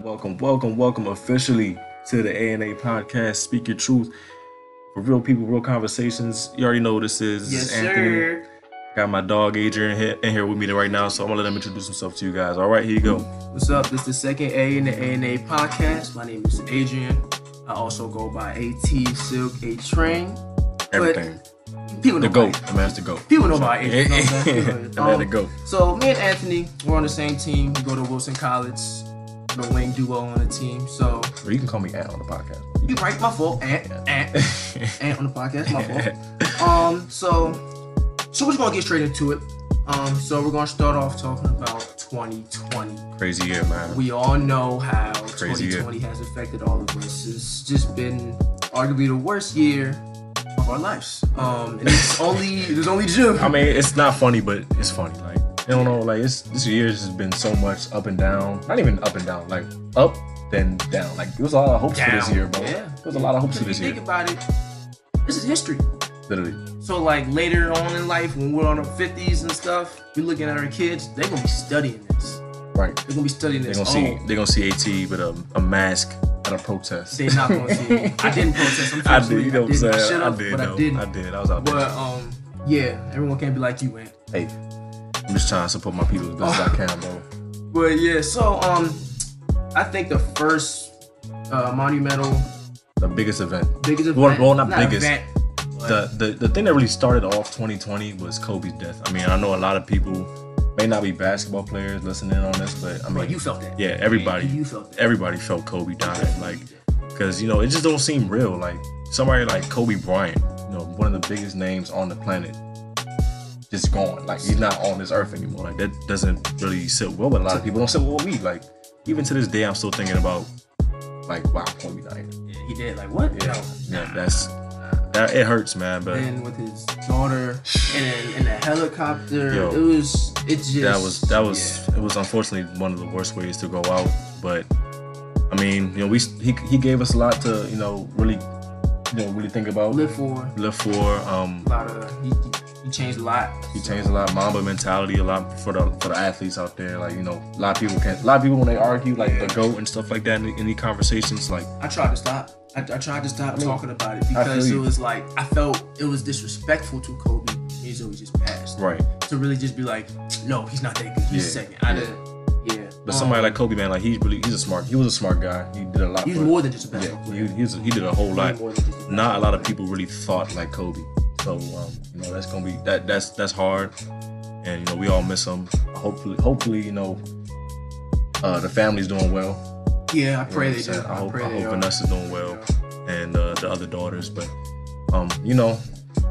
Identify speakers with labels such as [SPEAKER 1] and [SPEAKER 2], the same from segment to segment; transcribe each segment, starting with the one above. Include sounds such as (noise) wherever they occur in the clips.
[SPEAKER 1] Welcome, welcome, welcome officially to the A and A podcast. Speak your truth for real people, real conversations. You already know who this is. This
[SPEAKER 2] Yes,
[SPEAKER 1] is Anthony.
[SPEAKER 2] sir.
[SPEAKER 1] Got my dog Adrian here, in here with me right now, so I'm gonna let him introduce himself to you guys. All right, here you go.
[SPEAKER 2] What's up? This is the second A in the A and A podcast. My name is Adrian. I also go by AT Silk A Train.
[SPEAKER 1] Everything.
[SPEAKER 2] People
[SPEAKER 1] the
[SPEAKER 2] know
[SPEAKER 1] goat.
[SPEAKER 2] my-
[SPEAKER 1] The master goat.
[SPEAKER 2] People know
[SPEAKER 1] (laughs)
[SPEAKER 2] my Adrian. you know what I'm saying? People know-
[SPEAKER 1] the man, the
[SPEAKER 2] Um,
[SPEAKER 1] goat.
[SPEAKER 2] So me and Anthony, we're on the same team. We go to Wilson College. We're the wing duo on the team. So
[SPEAKER 1] Or you can call me Ant on the podcast.
[SPEAKER 2] you right, my fault. Ant, Ant, (laughs) Ant on the podcast, my fault. Um, so so we're just gonna get straight into it. Um, so we're gonna start off talking about 2020.
[SPEAKER 1] (laughs) Crazy year, man.
[SPEAKER 2] We all know how
[SPEAKER 1] Crazy year.
[SPEAKER 2] 2020 has affected all of us. It's just been arguably the worst year of our lives. Um,
[SPEAKER 1] (laughs)
[SPEAKER 2] and it's only it was only June.
[SPEAKER 1] I mean, it's not funny, but it's funny. Like, I don't know, like it's this year has been so much up and down. Not even up and down, like up then down. Like there was a lot of hopes for this
[SPEAKER 2] Down.
[SPEAKER 1] year, bro.
[SPEAKER 2] Yeah.
[SPEAKER 1] There was a lot of hopes
[SPEAKER 2] Because
[SPEAKER 1] for
[SPEAKER 2] if you
[SPEAKER 1] this
[SPEAKER 2] think
[SPEAKER 1] year.
[SPEAKER 2] about it, this is history.
[SPEAKER 1] Literally.
[SPEAKER 2] So like later on in life, when we're on our 50s and stuff, we're looking at our kids. They're gonna be studying this.
[SPEAKER 1] Right.
[SPEAKER 2] They're gonna be studying
[SPEAKER 1] They're
[SPEAKER 2] this. Oh,
[SPEAKER 1] gonna see they're gonna see AT with a, a mask at a protest.
[SPEAKER 2] They're
[SPEAKER 1] (laughs)
[SPEAKER 2] not gonna see. it. I didn't protest.
[SPEAKER 1] I
[SPEAKER 2] unfortunately.
[SPEAKER 1] did, you know what I'm
[SPEAKER 2] didn't. I
[SPEAKER 1] saying?
[SPEAKER 2] should've,
[SPEAKER 1] I did,
[SPEAKER 2] but
[SPEAKER 1] though.
[SPEAKER 2] I didn't.
[SPEAKER 1] I did. I was out
[SPEAKER 2] But um, yeah, everyone can't be like you, Ant.
[SPEAKER 1] there. Hey, I'm just trying to support my people as best as
[SPEAKER 2] Oh.
[SPEAKER 1] I can, bro.
[SPEAKER 2] But yeah, so um, I think the first uh, monumental
[SPEAKER 1] The biggest event.
[SPEAKER 2] biggest event.
[SPEAKER 1] Well, well, not biggest.
[SPEAKER 2] event, but
[SPEAKER 1] the, the the thing that really started off 2020 was Kobe's death. I mean, I know a lot of people may not be basketball players listening on this, but I mean,
[SPEAKER 2] Bro, you felt that.
[SPEAKER 1] yeah, everybody,
[SPEAKER 2] You felt that.
[SPEAKER 1] everybody felt Kobe dying, like, because you know it just don't seem real. Like somebody like Kobe Bryant, you know, one of the biggest names on the planet, just gone. Like he's not on this earth anymore. Like that doesn't really sit well with a lot of people. Don't sit well with me. Like even to this day, I'm still thinking about, like, wow, Kobe died.
[SPEAKER 2] Yeah, he did. Like what?
[SPEAKER 1] Yeah,
[SPEAKER 2] No.
[SPEAKER 1] yeah, that's that. It hurts, man, but.
[SPEAKER 2] And with his daughter, and then in a helicopter,
[SPEAKER 1] Yo.
[SPEAKER 2] it was. It just.
[SPEAKER 1] that was that was it was unfortunately one of the worst ways to go out but i mean you know we he, he gave us a lot to you know really you know really think
[SPEAKER 2] yeah.
[SPEAKER 1] about live,
[SPEAKER 2] live for
[SPEAKER 1] for um
[SPEAKER 2] a lot of. He, he- he changed a lot.
[SPEAKER 1] he changed a lot mamba mentality a lot for the for the athletes out there like you know a lot of people can a lot of people when they argue like the goat and stuff like that in, in the conversations like
[SPEAKER 2] I tried to stop. I, I tried to stop
[SPEAKER 1] mean,
[SPEAKER 2] talking about it because it
[SPEAKER 1] you.
[SPEAKER 2] was like I felt it was disrespectful to Kobe. He's always just passed.
[SPEAKER 1] right
[SPEAKER 2] to really just be like, no, he's not that good. He's
[SPEAKER 1] Yeah,
[SPEAKER 2] second. I
[SPEAKER 1] yeah.
[SPEAKER 2] didn't. Yeah.
[SPEAKER 1] but
[SPEAKER 2] Um,
[SPEAKER 1] somebody like kobe man like he's really he's a smart he was a smart guy he did a lot
[SPEAKER 2] he's
[SPEAKER 1] for-
[SPEAKER 2] more than just a basketball
[SPEAKER 1] yeah,
[SPEAKER 2] player.
[SPEAKER 1] he, he's, he did a whole lot
[SPEAKER 2] He's more than just a
[SPEAKER 1] not a lot of people really thought like Kobe. So um, you know that's gonna be that that's that's hard, and you know we all miss him. Hopefully, hopefully you know uh, the family's doing well.
[SPEAKER 2] Yeah, I
[SPEAKER 1] You know
[SPEAKER 2] pray
[SPEAKER 1] what I'm
[SPEAKER 2] they do.
[SPEAKER 1] saying? I hope
[SPEAKER 2] pray
[SPEAKER 1] I
[SPEAKER 2] they
[SPEAKER 1] hope
[SPEAKER 2] are.
[SPEAKER 1] Vanessa's doing well, and uh, the other daughters. But um, you know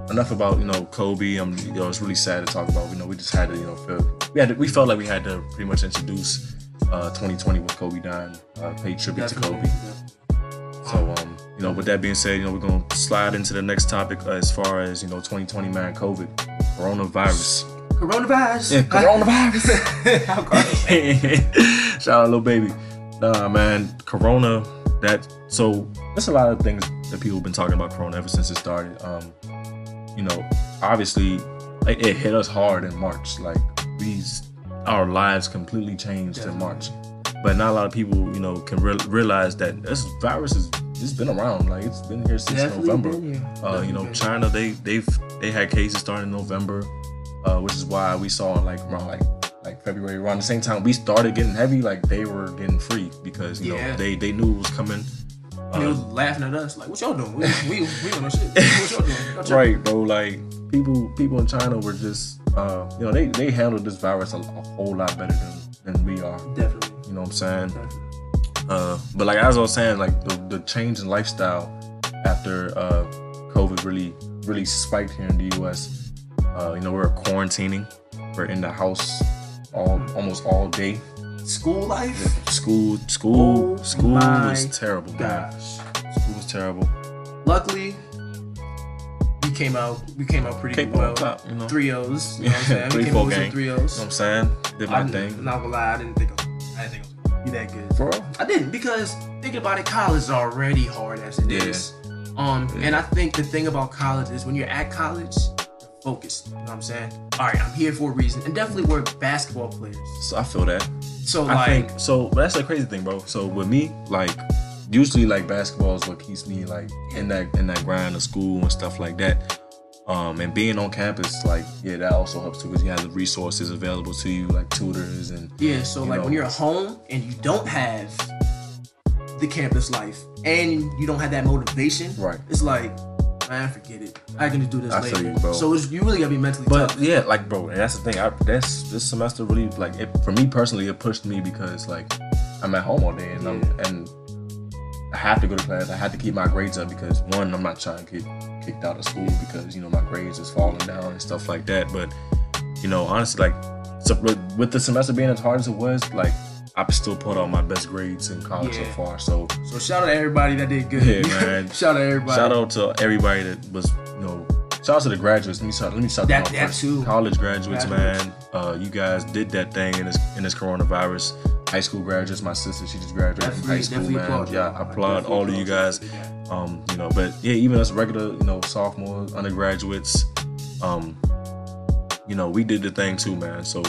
[SPEAKER 1] enough about you know Kobe. Um, you know it's really sad to talk about. You know we just had to you know feel, we had to, we felt like we had to pretty much introduce uh, 2020 with Kobe dying, uh, pay tribute to Kobe.
[SPEAKER 2] Definitely.
[SPEAKER 1] So, um, you know, with that being said, you know, we're gonna slide into the next topic uh, as far as you know, 2020 man, COVID, coronavirus,
[SPEAKER 2] Coronavirus. (laughs)
[SPEAKER 1] coronavirus. (laughs)
[SPEAKER 2] How crazy.
[SPEAKER 1] Shout out, little baby. Nah, man, Corona. That so there's a lot of things that people have been talking about Corona ever since it started. Um, you know, obviously, it, it hit us hard in March. Like these, our lives completely changed in March. But not a lot of people, you know, can re- realize that this virus is it's been around. Like it's been here since
[SPEAKER 2] Definitely
[SPEAKER 1] November.
[SPEAKER 2] been here.
[SPEAKER 1] Uh, you know,
[SPEAKER 2] Definitely
[SPEAKER 1] China they they've they had cases starting in November, uh, which is why we saw like around like like February around the same time we started getting heavy. Like they were getting free because you know
[SPEAKER 2] Yeah.
[SPEAKER 1] they they knew it was coming.
[SPEAKER 2] And he was laughing at us like, "What y'all doing? We we, we on our shit. What y'all doing?
[SPEAKER 1] (laughs)
[SPEAKER 2] Y'all tripping."
[SPEAKER 1] Right, bro. Like people people in China were just uh, you know they they handled this virus a, a whole lot better than than we are.
[SPEAKER 2] Definitely.
[SPEAKER 1] You know what I'm saying?
[SPEAKER 2] Definitely.
[SPEAKER 1] Uh, but like as I was saying, like the, the change in lifestyle after uh, COVID really really spiked here in the U.S. Uh, you know, we're quarantining, we're in the house all almost all day.
[SPEAKER 2] School life.
[SPEAKER 1] School school
[SPEAKER 2] Oh
[SPEAKER 1] school was
[SPEAKER 2] my
[SPEAKER 1] terrible, man.
[SPEAKER 2] Gosh.
[SPEAKER 1] School was terrible.
[SPEAKER 2] Luckily, we came out. We came out pretty
[SPEAKER 1] Came out
[SPEAKER 2] well.
[SPEAKER 1] on top, you know.
[SPEAKER 2] Three O's. You know what
[SPEAKER 1] (laughs)
[SPEAKER 2] I'm
[SPEAKER 1] Yeah,
[SPEAKER 2] saying?
[SPEAKER 1] three,
[SPEAKER 2] we came
[SPEAKER 1] four
[SPEAKER 2] out with some
[SPEAKER 1] gang.
[SPEAKER 2] three
[SPEAKER 1] You
[SPEAKER 2] O's.
[SPEAKER 1] know what I'm saying? Did my
[SPEAKER 2] I'm
[SPEAKER 1] thing.
[SPEAKER 2] not gonna lie, I didn't think I, I didn't think it was gonna be that good.
[SPEAKER 1] Bro,
[SPEAKER 2] I didn't because thinking about it, college is already hard as it is.
[SPEAKER 1] Yeah.
[SPEAKER 2] Um,
[SPEAKER 1] Yeah.
[SPEAKER 2] and I think the thing about college is when you're at college, the focused. You know what I'm saying? All right, I'm here for a reason. And definitely we're basketball players.
[SPEAKER 1] So I feel that.
[SPEAKER 2] So
[SPEAKER 1] I
[SPEAKER 2] like
[SPEAKER 1] think so. but That's the crazy thing, bro. So with me, like usually like basketball is what keeps me like in that in that grind of school and stuff like that. Um, and being on campus, like yeah, that also helps too because you have the resources available to you, like tutors and
[SPEAKER 2] Yeah, so
[SPEAKER 1] you
[SPEAKER 2] like
[SPEAKER 1] know.
[SPEAKER 2] when you're at home and you don't have the campus life and you don't have that motivation,
[SPEAKER 1] Right.
[SPEAKER 2] It's like, man, forget it. I can just do this
[SPEAKER 1] I feel
[SPEAKER 2] later.
[SPEAKER 1] you, bro.
[SPEAKER 2] So it's, you really gotta be mentally
[SPEAKER 1] But
[SPEAKER 2] tough.
[SPEAKER 1] yeah, like bro, and that's the thing. I that's this semester really like it for me personally. It pushed me because like I'm at home all day and I'm and I have to go to class. I have to keep my grades up because one, I'm not trying to get kicked out of school because you know my grades is falling down and stuff like that. But you know, honestly, like so, with with the semester being as hard as it was, like I still put out my best grades in college so
[SPEAKER 2] Yeah.
[SPEAKER 1] far. So
[SPEAKER 2] So shout out to everybody that did good.
[SPEAKER 1] Yeah,
[SPEAKER 2] (laughs)
[SPEAKER 1] man.
[SPEAKER 2] shout out to everybody.
[SPEAKER 1] Shout
[SPEAKER 2] (laughs)
[SPEAKER 1] out to everybody that was, you know, shout out to the graduates. Let me shout, let me shout
[SPEAKER 2] That-
[SPEAKER 1] them out
[SPEAKER 2] that
[SPEAKER 1] first.
[SPEAKER 2] too.
[SPEAKER 1] College graduates,
[SPEAKER 2] Graduates.
[SPEAKER 1] man. Uh, you guys did that thing in this in this coronavirus. High school graduates. My sister, she just graduated from high
[SPEAKER 2] Definitely,
[SPEAKER 1] school,
[SPEAKER 2] definitely
[SPEAKER 1] man.
[SPEAKER 2] applaud.
[SPEAKER 1] yeah, I applaud all of you guys.
[SPEAKER 2] Yeah.
[SPEAKER 1] Um, you know, but yeah, even us regular, you know, sophomores, undergraduates, um, you know, we did the thing too, man. So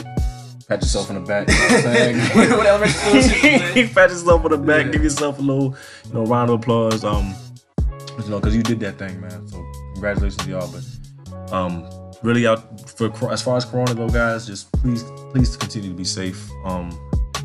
[SPEAKER 1] pat yourself on the back. You know what I'm
[SPEAKER 2] (laughs)
[SPEAKER 1] saying?
[SPEAKER 2] What- what elementary
[SPEAKER 1] (laughs)
[SPEAKER 2] school is this, man?
[SPEAKER 1] pat yourself on the back,
[SPEAKER 2] Yeah.
[SPEAKER 1] give yourself a little, you know, round of applause. Um, you know, because you did that thing, man. So congratulations to y'all. But um, really out for cor- as far as Corona though, guys, just please, please continue to be safe. Um,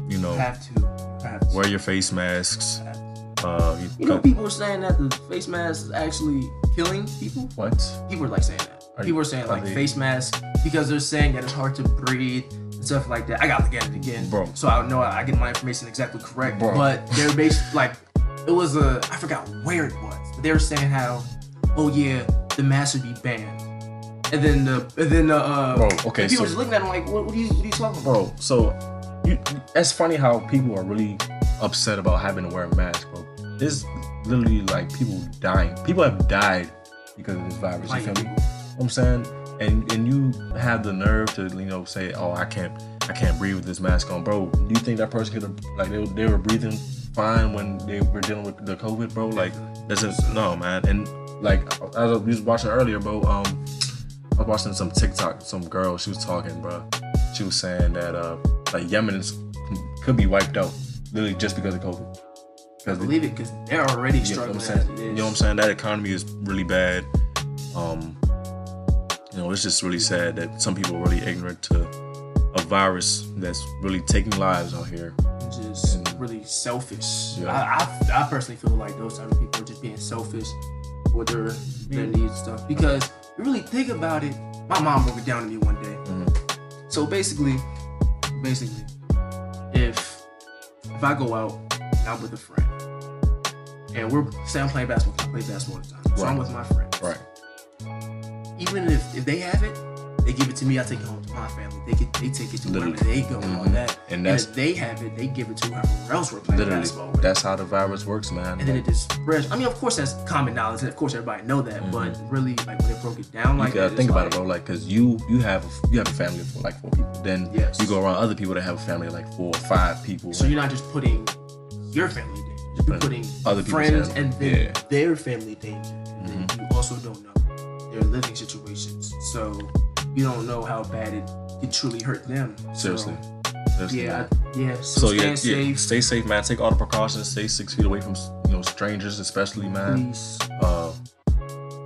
[SPEAKER 1] you know,
[SPEAKER 2] Have to. Have to.
[SPEAKER 1] wear your face masks.
[SPEAKER 2] Have to.
[SPEAKER 1] Uh, you,
[SPEAKER 2] You know, people are saying that the face mask is actually killing people.
[SPEAKER 1] what?
[SPEAKER 2] people are like saying that.
[SPEAKER 1] Are
[SPEAKER 2] people
[SPEAKER 1] you-
[SPEAKER 2] are saying
[SPEAKER 1] are
[SPEAKER 2] like
[SPEAKER 1] they-
[SPEAKER 2] face mask because they're saying that it's hard to breathe and stuff like that. I gotta look at it again,
[SPEAKER 1] Bro.
[SPEAKER 2] So I know I, I get my information exactly correct.
[SPEAKER 1] Bro.
[SPEAKER 2] But they're based (laughs) like it was a I forgot where it was, but they were saying how oh yeah the mask would be banned, and then the and then the uh,
[SPEAKER 1] Bro,
[SPEAKER 2] and
[SPEAKER 1] okay,
[SPEAKER 2] people
[SPEAKER 1] so-
[SPEAKER 2] were just looking at him like what, what, are you, what are you talking about?
[SPEAKER 1] bro. So, you, that's funny how people are really upset about having to wear a mask, bro. There's literally like people dying. People have died because of this virus. You
[SPEAKER 2] Like,
[SPEAKER 1] feel me? You know what I'm saying, and and you have the nerve to you know say, oh, I can't, I can't breathe with this mask on, bro. Do you think that person could have like they, they were breathing fine when they were dealing with the COVID, bro? Like, that's just no, man. And like as I was watching earlier, bro, um, I was watching some TikTok, some girl, she was talking, bro. She was saying that uh, like Yemenis could be wiped out literally just because of COVID.
[SPEAKER 2] I
[SPEAKER 1] Because
[SPEAKER 2] believe it because they're already struggling.
[SPEAKER 1] you know what I'm
[SPEAKER 2] as
[SPEAKER 1] saying?
[SPEAKER 2] it is.
[SPEAKER 1] You know what I'm saying? That economy is really bad. Um, you know, it's just really sad that some people are really ignorant to a virus that's really taking lives out here.
[SPEAKER 2] just
[SPEAKER 1] And-
[SPEAKER 2] really selfish.
[SPEAKER 1] Yeah.
[SPEAKER 2] I, I, I personally feel like those type of people are just being selfish with their their
[SPEAKER 1] Mm.
[SPEAKER 2] needs and stuff. Because you really think about it, my mom broke it down to me one day.
[SPEAKER 1] Mm-hmm.
[SPEAKER 2] So basically, basically, if if I go out and I'm with a friend and we're say I'm playing basketball, 'cause I play basketball all the time. So I'm
[SPEAKER 1] Right.
[SPEAKER 2] with my friends.
[SPEAKER 1] Right.
[SPEAKER 2] Even if, if they have it, they give it to me, I take it home to my family. They get they take it to wherever
[SPEAKER 1] Literally.
[SPEAKER 2] they go and all
[SPEAKER 1] Mhm.
[SPEAKER 2] that.
[SPEAKER 1] And
[SPEAKER 2] And
[SPEAKER 1] that's
[SPEAKER 2] if they have it, they give it to whoever else we're playing
[SPEAKER 1] literally
[SPEAKER 2] basketball with.
[SPEAKER 1] that's how the virus works, man.
[SPEAKER 2] and then
[SPEAKER 1] Like,
[SPEAKER 2] it just spreads. I mean, of course, that's common knowledge, and of course, everybody know that. But really, like when they broke it down, like
[SPEAKER 1] Mm-hmm. you gotta
[SPEAKER 2] that,
[SPEAKER 1] think
[SPEAKER 2] it's
[SPEAKER 1] about
[SPEAKER 2] like,
[SPEAKER 1] it, bro. Like, cause you you have a, you have a family of like four people. Then
[SPEAKER 2] Yes.
[SPEAKER 1] you go around other people that have a family of like four or five people.
[SPEAKER 2] So you're not just putting your family in danger; you're putting
[SPEAKER 1] Other people's
[SPEAKER 2] friends
[SPEAKER 1] family.
[SPEAKER 2] and then
[SPEAKER 1] Yeah. Mm-hmm.
[SPEAKER 2] their family in danger. And then you also don't know their living situations, so you don't know how bad it could truly hurt them.
[SPEAKER 1] seriously.
[SPEAKER 2] So,
[SPEAKER 1] Seriously, man.
[SPEAKER 2] yeah, I- yeah. So,
[SPEAKER 1] So
[SPEAKER 2] stay
[SPEAKER 1] yeah, yeah,
[SPEAKER 2] safe,
[SPEAKER 1] stay safe, man. Take all the precautions. Stay six feet away from you know strangers, especially man.
[SPEAKER 2] please.
[SPEAKER 1] Uh,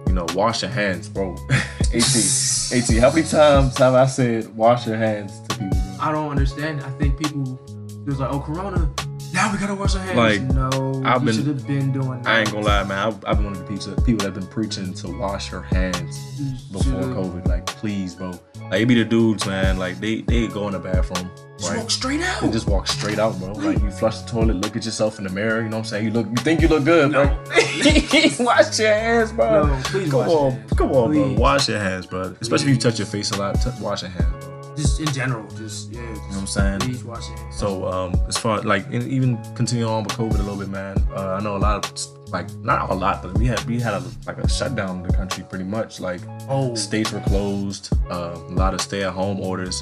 [SPEAKER 1] you know, wash your hands, bro. (laughs) At, At, (laughs) how many times have I said wash your hands to people? man?
[SPEAKER 2] I don't understand. I think people it was like, oh, Corona. Now we gotta wash our hands.
[SPEAKER 1] Like,
[SPEAKER 2] no,
[SPEAKER 1] I've
[SPEAKER 2] you
[SPEAKER 1] been-
[SPEAKER 2] should have been doing. That.
[SPEAKER 1] I ain't gonna lie, man. I've, I've been one of the people people that have been preaching to wash your hands
[SPEAKER 2] You
[SPEAKER 1] before
[SPEAKER 2] should've-
[SPEAKER 1] COVID. Like, please, bro. Like, it be the dudes, man. Like, they they go in the bathroom,
[SPEAKER 2] Just
[SPEAKER 1] right?
[SPEAKER 2] walk straight out.
[SPEAKER 1] They just walk straight out, bro. Like, you flush the toilet, look at yourself in the mirror. You know what I'm saying? You look, you think you look good, bro. (laughs) wash your hands, bro.
[SPEAKER 2] No, please
[SPEAKER 1] Come
[SPEAKER 2] wash your
[SPEAKER 1] on,
[SPEAKER 2] hands.
[SPEAKER 1] come on, bro.
[SPEAKER 2] Please.
[SPEAKER 1] Wash your hands, bro. Especially if you touch your face a lot. T- wash your hands, bro. You know
[SPEAKER 2] Just in general, just yeah. Just,
[SPEAKER 1] what I'm saying?
[SPEAKER 2] Please wash your hands.
[SPEAKER 1] So, um, as far like and even continuing on with COVID a little bit, man. Uh, I know a lot of like not a lot, but we had we had a, like a shutdown in the country pretty much. Like
[SPEAKER 2] Oh,
[SPEAKER 1] states were closed, uh, a lot of stay-at-home orders.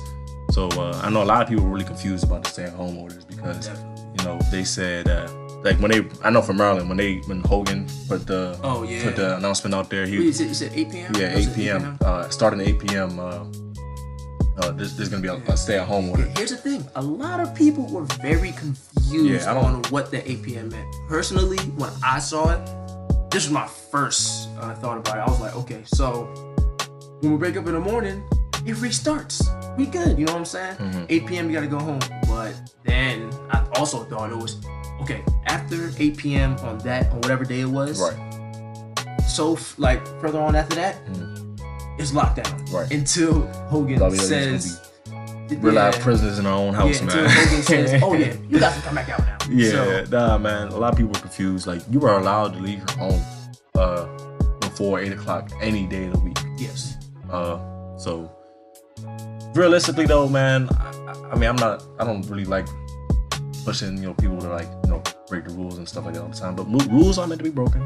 [SPEAKER 1] So uh, I know a lot of people were really confused about the stay-at-home orders because
[SPEAKER 2] definitely.
[SPEAKER 1] you know, they said uh, Like when they, I know from Maryland when they when Hogan put the
[SPEAKER 2] Oh yeah.
[SPEAKER 1] put the announcement out there,
[SPEAKER 2] Wait, you
[SPEAKER 1] he
[SPEAKER 2] said, you said 8 p.m.
[SPEAKER 1] yeah
[SPEAKER 2] Was
[SPEAKER 1] 8
[SPEAKER 2] it
[SPEAKER 1] p.m. Uh, starting at 8 p.m. Uh, uh, there's, there's gonna be a, a stay-at-home order.
[SPEAKER 2] Here- Here's the thing: a lot of people were very confused
[SPEAKER 1] Yeah, I don't-
[SPEAKER 2] on what the 8 p.m. meant. Personally, when I saw it, this was my first uh, thought about it. I was like, okay, so when we wake up in the morning, it restarts. We good, you know what I'm saying?
[SPEAKER 1] Mm-hmm.
[SPEAKER 2] 8 p.m. You gotta go home. But then I also thought it was okay after 8 p.m. on that on whatever day it was.
[SPEAKER 1] Right.
[SPEAKER 2] So f- like further on after that, it's lockdown
[SPEAKER 1] Mm. Right.
[SPEAKER 2] until Hogan
[SPEAKER 1] WWE 's
[SPEAKER 2] says.
[SPEAKER 1] We're live
[SPEAKER 2] Yeah.
[SPEAKER 1] prisoners in our own
[SPEAKER 2] Yeah,
[SPEAKER 1] house,
[SPEAKER 2] until
[SPEAKER 1] man. (laughs)
[SPEAKER 2] Hogan says, "Oh yeah, you got to come back out now."
[SPEAKER 1] Yeah,
[SPEAKER 2] So,
[SPEAKER 1] nah, man. A lot of people are confused. Like, you are allowed to leave your home uh, before eight o'clock any day of the week.
[SPEAKER 2] yes.
[SPEAKER 1] Uh, so, realistically, though, man, I, I- I mean, I'm not. I don't really like pushing, you know, people to like, you know, break the rules and stuff like that all the time. But mu- rules are meant to be broken.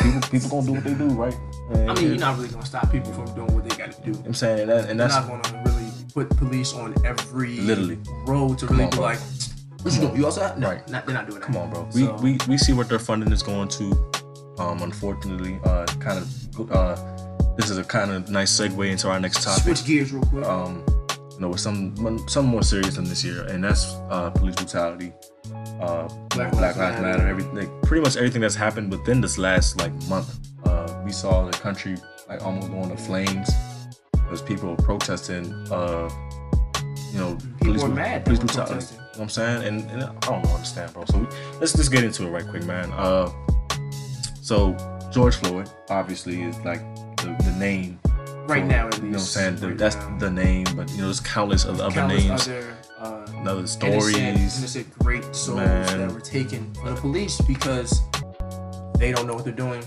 [SPEAKER 1] people, people gonna do what they do, right? And
[SPEAKER 2] I mean, you're not really gonna stop people from doing what they got to do.
[SPEAKER 1] I'm saying and that, and
[SPEAKER 2] You're
[SPEAKER 1] that's
[SPEAKER 2] not gonna really put police on every
[SPEAKER 1] Literally.
[SPEAKER 2] road to really
[SPEAKER 1] on,
[SPEAKER 2] be
[SPEAKER 1] bro.
[SPEAKER 2] like, "What you doing? You outside?" No,
[SPEAKER 1] Right.
[SPEAKER 2] not, they're not doing that.
[SPEAKER 1] Come on, bro. We,
[SPEAKER 2] So-
[SPEAKER 1] we we see what their funding is going to. Um, unfortunately, uh, kind of. Uh, this is a kind of nice segue into our next topic.
[SPEAKER 2] Switch gears real quick.
[SPEAKER 1] Um, you know, with some some more serious than this year, and that's uh, police brutality, uh, Black,
[SPEAKER 2] Black
[SPEAKER 1] Black Lives
[SPEAKER 2] Lives
[SPEAKER 1] Matter,
[SPEAKER 2] Matter.
[SPEAKER 1] everything, like, pretty much everything that's happened within this last like month. Uh, we saw the country like almost going to flames because people were protesting. Uh, you know, police,
[SPEAKER 2] were mad that
[SPEAKER 1] police
[SPEAKER 2] were
[SPEAKER 1] brutality.
[SPEAKER 2] protesting.
[SPEAKER 1] You know what I'm saying, and, and I don't know, understand, bro. So we, let's just get into it right quick, man. Uh, so George Floyd obviously is like the, the name
[SPEAKER 2] right now, at
[SPEAKER 1] you
[SPEAKER 2] least.
[SPEAKER 1] know what I'm saying? The-
[SPEAKER 2] Right
[SPEAKER 1] that's
[SPEAKER 2] now.
[SPEAKER 1] the name, but you know, there's countless of other
[SPEAKER 2] Countless
[SPEAKER 1] names,
[SPEAKER 2] Other, uh,
[SPEAKER 1] and other
[SPEAKER 2] innocent-
[SPEAKER 1] stories.
[SPEAKER 2] innocent great souls
[SPEAKER 1] Man.
[SPEAKER 2] that were taken by the police because they don't know what they're doing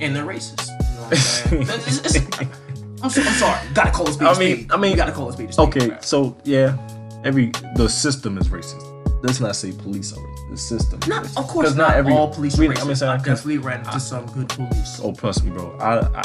[SPEAKER 2] and they're racist. You know what
[SPEAKER 1] (laughs)
[SPEAKER 2] I'm saying? It's- it's- it's- I'm, so, I'm sorry. Gotta call this.
[SPEAKER 1] I mean- I mean-
[SPEAKER 2] gotta call this. Speed
[SPEAKER 1] Okay, so yeah, every the system is racist. Let's not say police are racist. The system. is
[SPEAKER 2] Not,
[SPEAKER 1] racist.
[SPEAKER 2] of course,
[SPEAKER 1] 'Cause
[SPEAKER 2] not, all police
[SPEAKER 1] we-
[SPEAKER 2] are
[SPEAKER 1] I mean,
[SPEAKER 2] racist.
[SPEAKER 1] saying,
[SPEAKER 2] I
[SPEAKER 1] 'cause-
[SPEAKER 2] definitely ran into some good police.
[SPEAKER 1] oh, trust me, bro. I, I,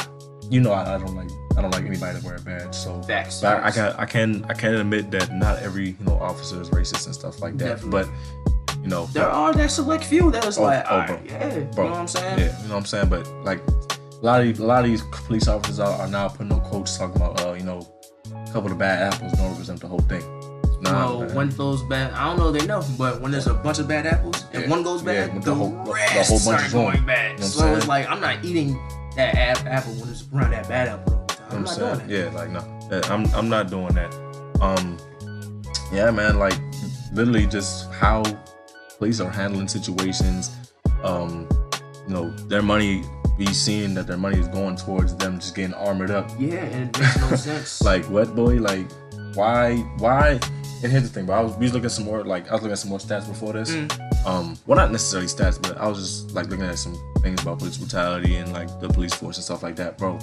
[SPEAKER 1] you know, I, I don't like, I don't like anybody that wear a badge. So,
[SPEAKER 2] Facts.
[SPEAKER 1] but I, I can, I can, I can admit that not every you know officer is racist and stuff like that.
[SPEAKER 2] Definitely.
[SPEAKER 1] But you know,
[SPEAKER 2] There are that select few that was
[SPEAKER 1] Oh,
[SPEAKER 2] like,
[SPEAKER 1] oh,
[SPEAKER 2] all right,
[SPEAKER 1] bro.
[SPEAKER 2] yeah,
[SPEAKER 1] bro.
[SPEAKER 2] you know what I'm saying?
[SPEAKER 1] Yeah, you know what I'm saying. But like a lot of these, a lot of these police officers are, are now putting on quotes talking about uh, you know a couple of bad apples don't represent the whole thing. Nah,
[SPEAKER 2] Well,
[SPEAKER 1] man.
[SPEAKER 2] Oh, when those bad, I don't know they know, but when there's a bunch of bad apples and
[SPEAKER 1] Yeah,
[SPEAKER 2] one goes
[SPEAKER 1] yeah,
[SPEAKER 2] bad,
[SPEAKER 1] with
[SPEAKER 2] the,
[SPEAKER 1] the whole- the
[SPEAKER 2] rest
[SPEAKER 1] whole bunch
[SPEAKER 2] start
[SPEAKER 1] is wrong.
[SPEAKER 2] going bad.
[SPEAKER 1] You know what I'm
[SPEAKER 2] so
[SPEAKER 1] saying?
[SPEAKER 2] it's like I'm not eating that ab- apple when it's around that bad apple. all the time.
[SPEAKER 1] You
[SPEAKER 2] I'm
[SPEAKER 1] know what
[SPEAKER 2] not doing
[SPEAKER 1] I'm
[SPEAKER 2] that.
[SPEAKER 1] saying? Yeah, like no, that- I'm I'm not doing that. Um, yeah, man, like literally just how police are handling situations. Um, you know, their money. Be seeing that their money is going towards them, just getting armored up.
[SPEAKER 2] Yeah, and it
[SPEAKER 1] (laughs)
[SPEAKER 2] makes no sense.
[SPEAKER 1] like what boy like why why and here's the thing bro i was we was looking at some more like i was looking at some more stats before this
[SPEAKER 2] Mm.
[SPEAKER 1] um well not necessarily stats but i was just like looking at some things about police brutality and like the police force and stuff like that bro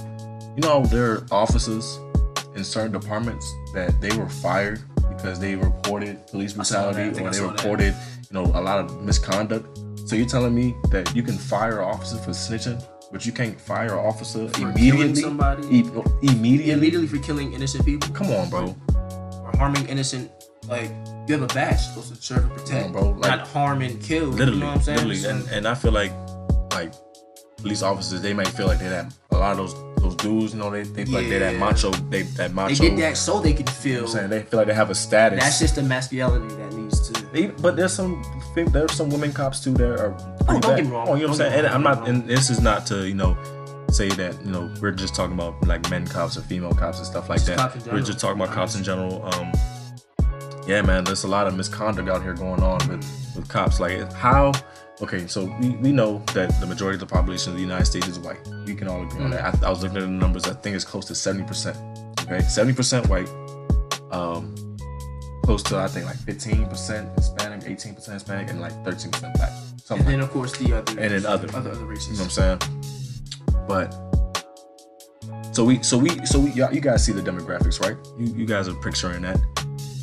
[SPEAKER 1] you know there are officers in certain departments that they were fired because they reported police
[SPEAKER 2] saw that. I
[SPEAKER 1] brutality
[SPEAKER 2] think
[SPEAKER 1] or
[SPEAKER 2] I
[SPEAKER 1] they
[SPEAKER 2] saw that.
[SPEAKER 1] reported you know a lot of misconduct so you're telling me that you can fire an officer for snitching but you can't fire an officer
[SPEAKER 2] killing
[SPEAKER 1] immediately
[SPEAKER 2] somebody?
[SPEAKER 1] E- immediately
[SPEAKER 2] immediately for killing innocent people
[SPEAKER 1] Come on, bro.
[SPEAKER 2] or harming innocent, like you have a badge you're supposed to serve and protect,
[SPEAKER 1] on, bro, like-
[SPEAKER 2] not harm and kill.
[SPEAKER 1] Literally,
[SPEAKER 2] you know what I'm saying?
[SPEAKER 1] literally,
[SPEAKER 2] So-
[SPEAKER 1] and and I feel like like police officers, they might feel like they're that. A lot of those those dudes, you know, they, they feel like they're that
[SPEAKER 2] Yeah.
[SPEAKER 1] macho. They that macho.
[SPEAKER 2] they did that so they could feel.
[SPEAKER 1] I'm saying they feel like they have a status.
[SPEAKER 2] That's just the masculinity that leads to.
[SPEAKER 1] They- but there's some there's some women cops too that are pretty
[SPEAKER 2] don't
[SPEAKER 1] bad.
[SPEAKER 2] get me wrong.
[SPEAKER 1] Oh, you know what I'm
[SPEAKER 2] Don't
[SPEAKER 1] saying?
[SPEAKER 2] get
[SPEAKER 1] And
[SPEAKER 2] me
[SPEAKER 1] I'm
[SPEAKER 2] wrong.
[SPEAKER 1] not. And this is not to you know say that you know we're just talking about like men cops or female cops and stuff like
[SPEAKER 2] Just
[SPEAKER 1] that.
[SPEAKER 2] cops in
[SPEAKER 1] We're
[SPEAKER 2] general.
[SPEAKER 1] just talking about cops in general. Um, yeah, man, there's a lot of misconduct out here going on with with cops. Like how? Okay, so we, we know that the majority of the population of the United States is white. We can all
[SPEAKER 2] Mm.
[SPEAKER 1] agree on that. I, I was looking at the numbers. I think it's close to seventy percent. Okay, seventy percent white. Um, close to I think like 15% Hispanic, 18% Hispanic, and like 13% black.
[SPEAKER 2] And
[SPEAKER 1] Something like
[SPEAKER 2] then of course the other
[SPEAKER 1] And then other.
[SPEAKER 2] other, other races.
[SPEAKER 1] you know what I'm saying? But so we so we so we y'all, you guys see the demographics, right? You you guys are picturing that.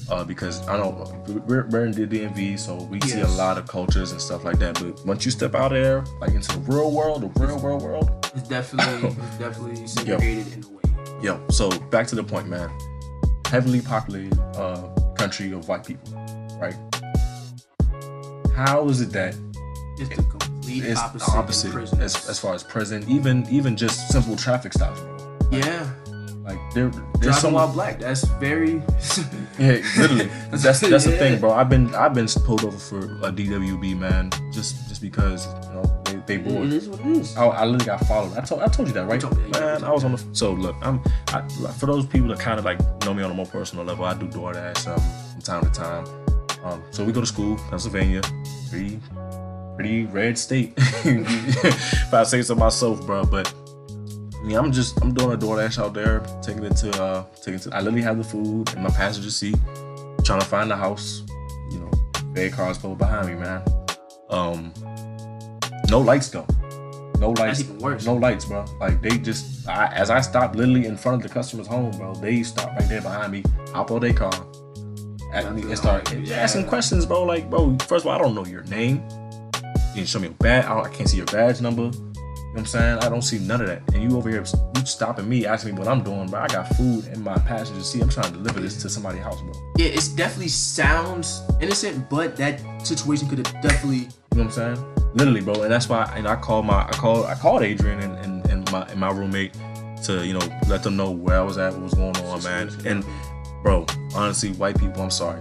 [SPEAKER 1] Uh, because I know we're, we're in the DMV, so we see a
[SPEAKER 2] Yes.
[SPEAKER 1] lot of cultures and stuff like that. But once you step out of there, like into the real world, the real world world,
[SPEAKER 2] It's definitely it's
[SPEAKER 1] (laughs)
[SPEAKER 2] definitely segregated in a way.
[SPEAKER 1] Yo, so back to the point, man. Heavily populated uh, country of white people, right? How is it that
[SPEAKER 2] It's the complete
[SPEAKER 1] it's
[SPEAKER 2] opposite, in
[SPEAKER 1] the opposite
[SPEAKER 2] prison.
[SPEAKER 1] as, as far as prison. Even even just simple traffic stops. bro.
[SPEAKER 2] yeah,
[SPEAKER 1] Like there, there's
[SPEAKER 2] driving
[SPEAKER 1] so
[SPEAKER 2] while black. That's very. (laughs)
[SPEAKER 1] Yeah, literally. That's that's the
[SPEAKER 2] Yeah.
[SPEAKER 1] thing, bro. I've been I've been pulled over for a DWB, man, just just because you know they they bored.
[SPEAKER 2] it is what it is.
[SPEAKER 1] I, I literally got followed. I told I told you that, right?
[SPEAKER 2] told me that, yeah, you
[SPEAKER 1] man, I was on the so look. I'm I, like, for those people that kind of like know me on a more personal level. I do DoorDash um, from time to time. Um, so we go to school, Pennsylvania, pretty pretty red state. (laughs) if I say so myself, bro, but. I mean, I'm just I'm doing a DoorDash out there, taking it to uh taking it to I literally have the food in my passenger seat, trying to find the house. You know, red cars pull up behind me, man. Um no lights though. No lights.
[SPEAKER 2] even worse.
[SPEAKER 1] No lights, bro. Like they just I, as I stopped literally in front of the customer's home, bro, they stopped right there behind me, hop on their car. At me and start
[SPEAKER 2] Yeah.
[SPEAKER 1] asking questions, bro. Like, bro, first of all, I don't know your name. You didn't show me your badge. I, don't- I can't see your badge number. You know what I'm saying? I don't see none of that. And you over here, you stopping me, asking me what I'm doing, but I got food in my passenger seat. I'm trying to deliver this to somebody's house, bro. You know
[SPEAKER 2] Yeah, it's definitely sounds innocent, but that situation could have definitely.
[SPEAKER 1] what I'm saying? Literally, bro. And that's why, and I called my, I called, I called Adrian and, and, and my and my roommate to, you know, let them know where I was at, what was going on, man. And, bro, honestly, white people, I'm sorry.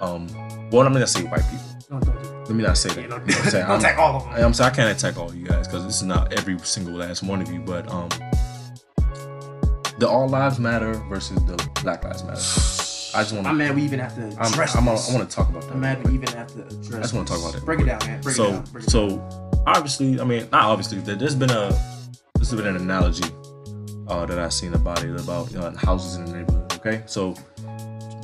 [SPEAKER 1] Um, well, I'm not gonna say white people.
[SPEAKER 2] No, don't
[SPEAKER 1] (laughs)
[SPEAKER 2] do it.
[SPEAKER 1] Let me not say that.
[SPEAKER 2] Yeah,
[SPEAKER 1] You know
[SPEAKER 2] don't
[SPEAKER 1] what
[SPEAKER 2] (laughs)
[SPEAKER 1] I'm saying?
[SPEAKER 2] don't
[SPEAKER 1] I'm-
[SPEAKER 2] take all of them.
[SPEAKER 1] I'm sorry, I can't attack all you guys because this is not every single last one of you, but um, the all lives matter versus the Black Lives Matter. I just want to.
[SPEAKER 2] I'm
[SPEAKER 1] I'm,
[SPEAKER 2] mad we even have to
[SPEAKER 1] I'm,
[SPEAKER 2] address
[SPEAKER 1] I'm, I
[SPEAKER 2] this.
[SPEAKER 1] want to talk about that.
[SPEAKER 2] I'm
[SPEAKER 1] real
[SPEAKER 2] mad
[SPEAKER 1] quick.
[SPEAKER 2] we even have to address. I
[SPEAKER 1] just wanna talk about that real
[SPEAKER 2] Break it down, man. Break it
[SPEAKER 1] so
[SPEAKER 2] down. Break it down.
[SPEAKER 1] so obviously i mean not obviously there- there's been a there's been an analogy uh, that i've seen about it about you know, houses in the neighborhood okay so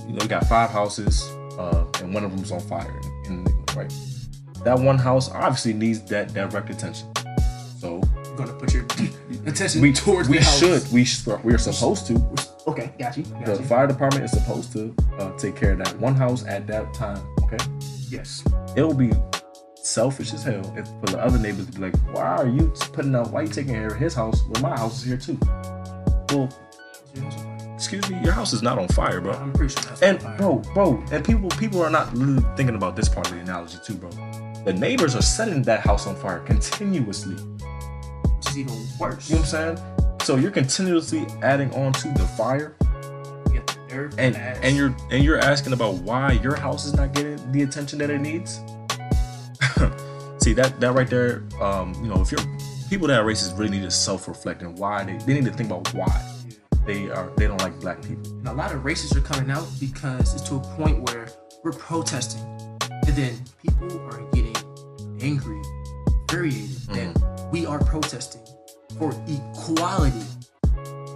[SPEAKER 1] you know you got five houses uh, and one of them's on fire in the neighborhood right that one house obviously needs that direct attention so
[SPEAKER 2] You're gonna put your (laughs) attention
[SPEAKER 1] we
[SPEAKER 2] towards
[SPEAKER 1] we
[SPEAKER 2] the house.
[SPEAKER 1] should we sh- we're supposed to
[SPEAKER 2] Okay, got you. Got
[SPEAKER 1] the
[SPEAKER 2] you.
[SPEAKER 1] fire department is supposed to uh, take care of that one house at that time okay
[SPEAKER 2] yes.
[SPEAKER 1] it will be selfish as hell if for the other neighbors to be like, why are you putting out, why you taking care of his house when my house is here too? Well, excuse me, your house is not on fire, bro.
[SPEAKER 2] I'm pretty sure that's
[SPEAKER 1] And
[SPEAKER 2] fire.
[SPEAKER 1] bro, bro, and people people are not really thinking about this part of the analogy too, bro. The neighbors are setting that house on fire continuously.
[SPEAKER 2] which is even worse.
[SPEAKER 1] You know what I'm saying? So you're continuously adding on to the fire,
[SPEAKER 2] You got the nerve
[SPEAKER 1] and
[SPEAKER 2] to ask.
[SPEAKER 1] and you're and you're asking about why your house is not getting the attention that it needs. (laughs) See that that right there, um, you know, if you're people that are racist really need to self-reflect and why they they need to think about why they are they don't like black people.
[SPEAKER 2] And a lot of racists are coming out because it's to a point where we're protesting, and then people are getting angry, infuriated
[SPEAKER 1] Mm-hmm.
[SPEAKER 2] that we are protesting for equality.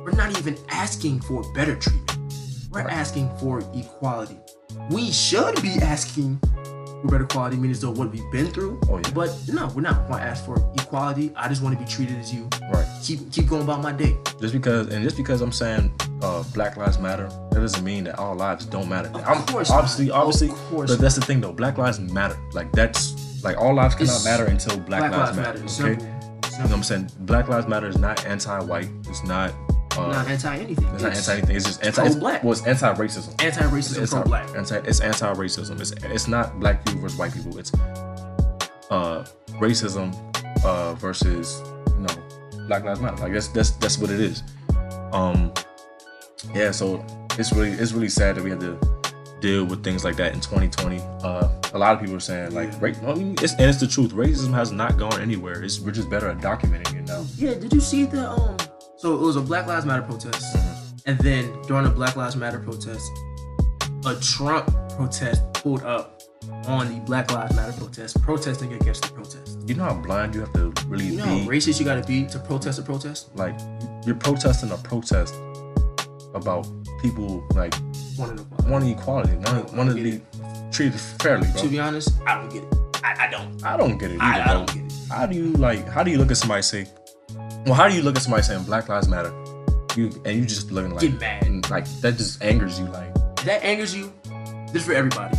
[SPEAKER 2] We're not even asking for better treatment. We're
[SPEAKER 1] Right.
[SPEAKER 2] asking for equality. We should be asking for better quality, meaning as though what we've been through.
[SPEAKER 1] Oh, yeah.
[SPEAKER 2] But no, we're not. going to ask for equality. I just want to be treated as you.
[SPEAKER 1] Right.
[SPEAKER 2] Keep keep going about my day.
[SPEAKER 1] Just because and just because I'm saying uh, black lives matter, that doesn't mean that our lives don't matter.
[SPEAKER 2] Of
[SPEAKER 1] I'm
[SPEAKER 2] course
[SPEAKER 1] obviously
[SPEAKER 2] not. Of
[SPEAKER 1] obviously
[SPEAKER 2] course
[SPEAKER 1] but that's the thing though, black lives matter. Like that's like all lives cannot
[SPEAKER 2] It's-
[SPEAKER 1] matter until black,
[SPEAKER 2] Black,
[SPEAKER 1] lives, matter.
[SPEAKER 2] Matter.
[SPEAKER 1] Okay.
[SPEAKER 2] Simple.
[SPEAKER 1] You know
[SPEAKER 2] Simple.
[SPEAKER 1] what I'm saying? Black Lives Matter is not anti-white. It's not. Uh,
[SPEAKER 2] not anti anything.
[SPEAKER 1] it's not anti anything. It's just anti. It's,
[SPEAKER 2] pro-black.
[SPEAKER 1] well, it's anti-racism.
[SPEAKER 2] anti racism,
[SPEAKER 1] It's
[SPEAKER 2] pro
[SPEAKER 1] anti-
[SPEAKER 2] black.
[SPEAKER 1] Anti. It's anti-racism. It's it's not black people versus white people. It's uh racism uh versus you know Black Lives Matter. Like that's that's that's what it is. Um, yeah. So it's really it's really sad that we had to deal with things like that in 2020. Uh, a lot of people are saying like,
[SPEAKER 2] Yeah.
[SPEAKER 1] ra- I mean, it's, and it's the truth. Racism has not gone anywhere. It's we're just better at documenting it now.
[SPEAKER 2] Yeah, did you see the um? So it was a Black Lives Matter protest,
[SPEAKER 1] Mm-hmm.
[SPEAKER 2] and then during the Black Lives Matter protest, a Trump protest pulled up on the Black Lives Matter protest, protesting against the protest.
[SPEAKER 1] You know how blind you have to really
[SPEAKER 2] You know
[SPEAKER 1] be.
[SPEAKER 2] how racist you got to be to protest a protest?
[SPEAKER 1] like you're protesting a protest about people like
[SPEAKER 2] One and a one.
[SPEAKER 1] wanting equality, wanting, wanting to be treated fairly,
[SPEAKER 2] To
[SPEAKER 1] bro.
[SPEAKER 2] be honest, I don't get it. I, I don't.
[SPEAKER 1] I don't get it
[SPEAKER 2] I, I
[SPEAKER 1] either,
[SPEAKER 2] don't
[SPEAKER 1] bro.
[SPEAKER 2] get it.
[SPEAKER 1] How do you like? How do you look at somebody say? Well, how do you look at somebody saying Black Lives Matter? You and you just looking like
[SPEAKER 2] Get mad.
[SPEAKER 1] and, like that just angers you. Like
[SPEAKER 2] If that angers you, this is for everybody.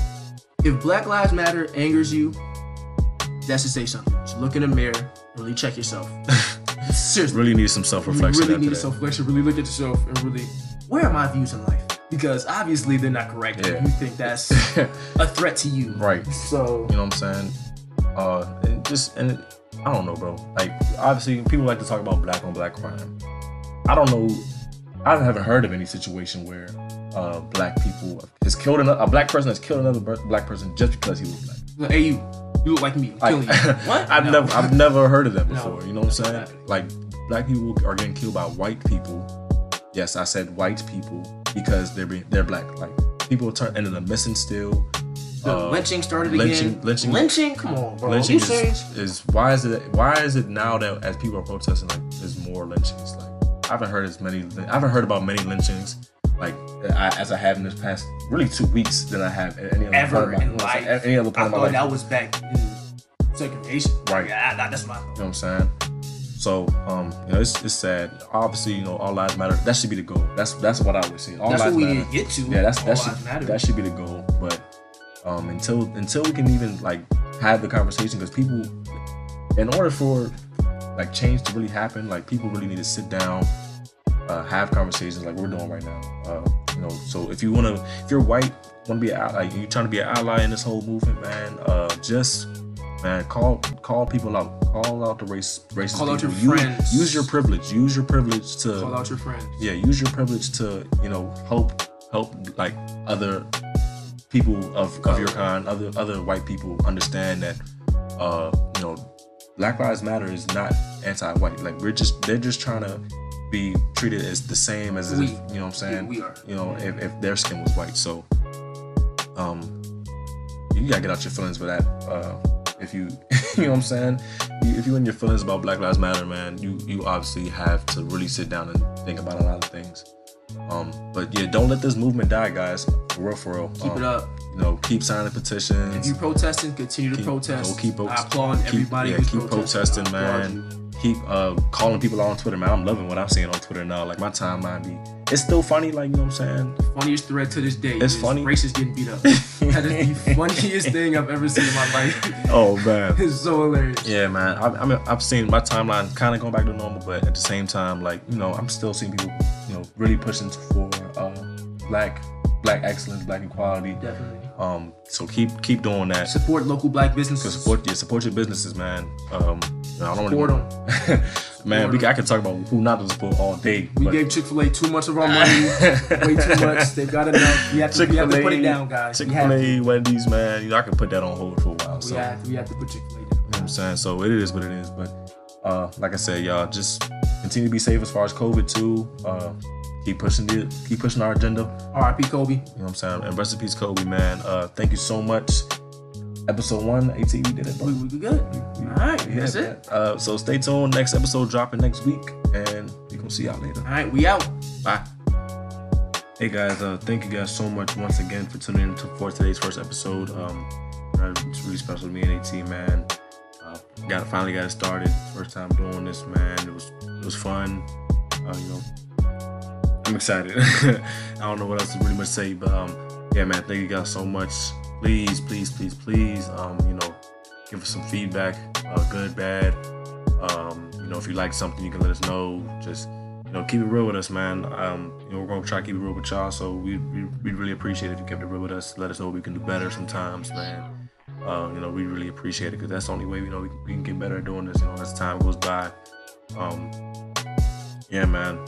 [SPEAKER 2] If Black Lives Matter angers you, that's to say something. Just look in the mirror and really
[SPEAKER 1] (laughs)
[SPEAKER 2] check yourself. Seriously,
[SPEAKER 1] really need some self
[SPEAKER 2] you
[SPEAKER 1] reflection.
[SPEAKER 2] really need
[SPEAKER 1] after that.
[SPEAKER 2] self reflection. Really look at yourself and really, where are my views in life? Because obviously they're not correct.
[SPEAKER 1] Yeah.
[SPEAKER 2] You think that's a threat to
[SPEAKER 1] (laughs)
[SPEAKER 2] you.
[SPEAKER 1] right.
[SPEAKER 2] So,
[SPEAKER 1] You know what I'm saying? Uh, and just and I don't know, bro. Like obviously people like to talk about black on black crime. I don't know. I haven't heard of any situation where uh, black people has killed another, a black person has killed another br- black person just because he was black.
[SPEAKER 2] Like, hey, you, you look like me. I'm
[SPEAKER 1] Like,
[SPEAKER 2] killing
[SPEAKER 1] (laughs)
[SPEAKER 2] you. What?
[SPEAKER 1] I've
[SPEAKER 2] No.
[SPEAKER 1] never I've never heard of that
[SPEAKER 2] No.
[SPEAKER 1] before. You know what I'm saying?
[SPEAKER 2] That's not
[SPEAKER 1] Like black people are getting killed by white people. Yes, I said white people because they're being, they're black. Like people turn and then the missing still.
[SPEAKER 2] The
[SPEAKER 1] uh,
[SPEAKER 2] lynching started
[SPEAKER 1] lynching-
[SPEAKER 2] again.
[SPEAKER 1] lynching-
[SPEAKER 2] Lynching. Come on, bro.
[SPEAKER 1] lynching
[SPEAKER 2] you serious?
[SPEAKER 1] is, is why is it why is it now that as people are protesting like there's more lynchings like I haven't heard as many I haven't heard about many lynchings like I, as I have in this past really two weeks than I have at any other
[SPEAKER 2] Ever
[SPEAKER 1] point
[SPEAKER 2] in
[SPEAKER 1] my,
[SPEAKER 2] life.
[SPEAKER 1] any other
[SPEAKER 2] I
[SPEAKER 1] point in my
[SPEAKER 2] thought
[SPEAKER 1] life.
[SPEAKER 2] that was back in segregation.
[SPEAKER 1] Right.
[SPEAKER 2] Yeah, I- that's my thought.
[SPEAKER 1] You know what I'm saying? So, um, you know, it's, it's sad. Obviously, you know, all lives matter. That should be the goal. That's that's what I would say. All
[SPEAKER 2] That's what
[SPEAKER 1] lives
[SPEAKER 2] we
[SPEAKER 1] matter.
[SPEAKER 2] didn't get to.
[SPEAKER 1] yeah, that's
[SPEAKER 2] All
[SPEAKER 1] that
[SPEAKER 2] lives matter.
[SPEAKER 1] should, that should be the goal. But um, until until we can even like have the conversation, because people, in order for like change to really happen, like people really need to sit down, uh, have conversations like we're doing right now. Uh, you know, so if you wanna, if you're white, wanna be an ally, you trying to be an ally in this whole movement, man. Uh, just man, call call people out, call out the race racist
[SPEAKER 2] Call out
[SPEAKER 1] people.
[SPEAKER 2] your
[SPEAKER 1] Use-
[SPEAKER 2] friends.
[SPEAKER 1] Use your privilege. Use your privilege to
[SPEAKER 2] Call out your friends.
[SPEAKER 1] yeah use your privilege to you know help help like other people of, of your kind other other white people understand that uh you know black lives matter is not anti-white like we're just they're just trying to be treated as the same as
[SPEAKER 2] We.
[SPEAKER 1] if, you know what i'm saying
[SPEAKER 2] We are.
[SPEAKER 1] you know if, if their skin was white so um you gotta get out your feelings for that uh if you (laughs) you know what i'm saying you, if you in your feelings about black lives matter man you you obviously have to really sit down and think about a lot of things um but yeah don't let this movement die guys for real for real
[SPEAKER 2] Keep
[SPEAKER 1] Um,
[SPEAKER 2] it up.
[SPEAKER 1] you know keep signing petitions
[SPEAKER 2] If you protesting, continue to
[SPEAKER 1] keep-
[SPEAKER 2] protest.
[SPEAKER 1] go keep
[SPEAKER 2] I
[SPEAKER 1] protest-
[SPEAKER 2] applaud
[SPEAKER 1] keep-
[SPEAKER 2] everybody
[SPEAKER 1] yeah,
[SPEAKER 2] who's
[SPEAKER 1] keep
[SPEAKER 2] protesting.
[SPEAKER 1] protesting,
[SPEAKER 2] I applaud
[SPEAKER 1] man. keep uh calling people out on Twitter, man. I'm loving what I'm seeing on Twitter now. Like my timeline be it's still funny, like you know what I'm
[SPEAKER 2] you. Funniest thread to this day.
[SPEAKER 1] It's
[SPEAKER 2] is
[SPEAKER 1] funny.
[SPEAKER 2] Racist getting
[SPEAKER 1] (laughs)
[SPEAKER 2] beat up. that is the funniest thing I've ever seen in my
[SPEAKER 1] saying?
[SPEAKER 2] life. (laughs)
[SPEAKER 1] Oh man.
[SPEAKER 2] it's so
[SPEAKER 1] (laughs)
[SPEAKER 2] hilarious.
[SPEAKER 1] Yeah, man. I, I mean, I've seen my timeline kind of going back to normal, but at the same time, like you know, I'm still seeing people, you know, really pushing for uh, black, black excellence, black equality.
[SPEAKER 2] Definitely.
[SPEAKER 1] Um, so keep keep doing that.
[SPEAKER 2] Support local black businesses.
[SPEAKER 1] Support your support your businesses, man. Um, I don't
[SPEAKER 2] Support
[SPEAKER 1] want
[SPEAKER 2] 'em.
[SPEAKER 1] to. (laughs) man, we, I could talk about who not to support all day.
[SPEAKER 2] We
[SPEAKER 1] but-
[SPEAKER 2] gave Chick Fil A too much of
[SPEAKER 1] (laughs)
[SPEAKER 2] our money. way too much. They've got enough. We have to, we have to put it down, guys.
[SPEAKER 1] Chick
[SPEAKER 2] we have
[SPEAKER 1] Fil
[SPEAKER 2] to.
[SPEAKER 1] A, Wendy's, man. You know, I could put that on hold for a while. So
[SPEAKER 2] We
[SPEAKER 1] you know
[SPEAKER 2] have to. We have to put Chick Fil A down.
[SPEAKER 1] what I'm saying. So it is what it is. But uh, like I said, y'all just continue to be safe as far as COVID too. Uh, keep pushing the keep pushing our agenda.
[SPEAKER 2] R.I.P. Kobe.
[SPEAKER 1] You know what I'm saying. And rest in peace, Kobe, man. Uh, thank you so much. Episode one, AT, we did it,
[SPEAKER 2] We,
[SPEAKER 1] bro.
[SPEAKER 2] we good. All right.
[SPEAKER 1] Yeah,
[SPEAKER 2] That's
[SPEAKER 1] man.
[SPEAKER 2] it.
[SPEAKER 1] Uh, so stay tuned. Next episode dropping next week, and we gonna see y'all later.
[SPEAKER 2] All right. We out.
[SPEAKER 1] Bye. Hey guys, uh, thank you guys so much once again for tuning in to, for today's first episode. Um, uh, it's really special to me and AT, man. Uh, got finally got it started. First time doing this, man. It was it was fun. Uh, you know, I'm excited. (laughs) I don't know what else to really much say, but um, yeah, man. Thank you guys so much. Please, please, please, please, um, you know, give us some feedback, uh, good, bad. Um, you know, if you like something, you can let us know. Just you know, keep it real with us, man. Um, you know, we're gonna try to keep it real with y'all. So we we, we really appreciate it if you kept it real with us. Let us know we can do better sometimes, man. Uh, you know, we really appreciate it because that's the only way we know we, we can get better at doing this. You know, as time goes by. Um, yeah, man.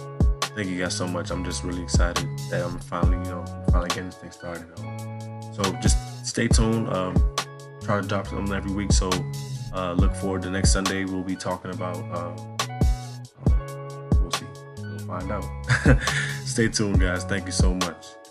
[SPEAKER 1] Thank you guys so much. I'm just really excited that I'm finally, you know, finally getting this thing started. um, So just stay tuned. Um, try to drop something every week. So uh, look forward to next Sunday. We'll be talking about. Uh, (laughs) uh, we'll see. We'll find out. Stay tuned, guys. Thank you so much.